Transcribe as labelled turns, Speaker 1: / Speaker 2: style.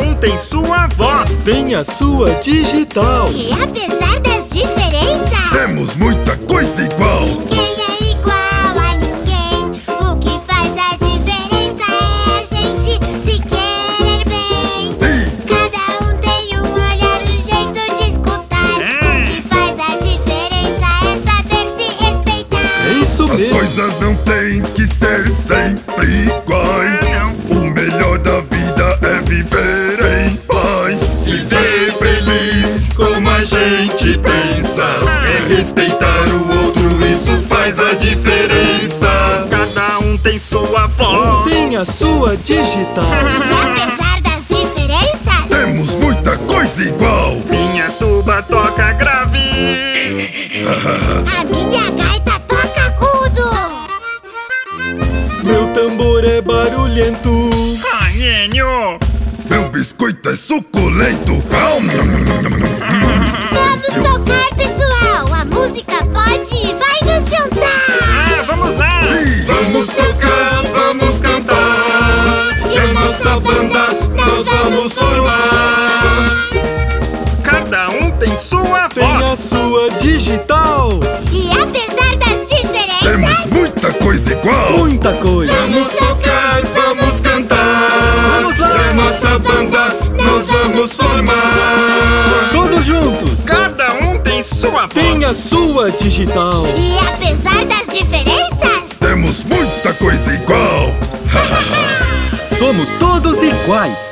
Speaker 1: um tem sua voz.
Speaker 2: Tem a sua digital.
Speaker 3: E apesar das diferenças,
Speaker 4: Temos muita coisa igual.
Speaker 3: ninguém é igual a ninguém. O que faz a diferença é a gente se querer bem.
Speaker 4: Sim,
Speaker 3: Cada um tem um olhar, um jeito de escutar.
Speaker 1: É.
Speaker 3: O que faz a diferença é saber se respeitar.
Speaker 2: É isso
Speaker 4: as
Speaker 2: mesmo.
Speaker 4: coisas não têm que ser sempre
Speaker 1: É,
Speaker 4: iguais. O melhor da vida é viver em paz. Viver feliz como a gente pensa. É respeitar o outro, isso faz a diferença.
Speaker 1: Cada um tem sua voz.
Speaker 2: Tem a sua digital.
Speaker 3: E apesar das diferenças,
Speaker 4: Temos muita coisa igual.
Speaker 1: Minha tuba toca grave.
Speaker 3: a minha gaita toca agudo.
Speaker 2: Meu tambor é barulhento.
Speaker 1: Canhenho.
Speaker 4: Meu biscoito é suculento. Ah, nham, nham, nham,
Speaker 1: É.
Speaker 4: nham.
Speaker 3: Vamos tocar, pessoal. A música pode e vai nos juntar.
Speaker 1: Ah, vamos lá.
Speaker 4: Vamos tocar, vamos cantar. E a nossa banda nós vamos formar.
Speaker 1: Cada um tem sua
Speaker 2: Tem a
Speaker 1: voz.
Speaker 2: sua digital.
Speaker 3: E apesar das
Speaker 4: Temos
Speaker 3: diferenças,
Speaker 4: muita coisa igual.
Speaker 2: Muita coisa.
Speaker 4: Vamos tocar, vamos cantar.
Speaker 2: Vamos lá.
Speaker 4: E a nossa banda nós vamos formar.
Speaker 2: Todos juntos.
Speaker 1: Cada um tem sua
Speaker 2: Tem a
Speaker 1: voz.
Speaker 2: sua digital.
Speaker 3: e apesar das diferenças,
Speaker 4: Temos muita coisa igual.
Speaker 2: Somos todos iguais.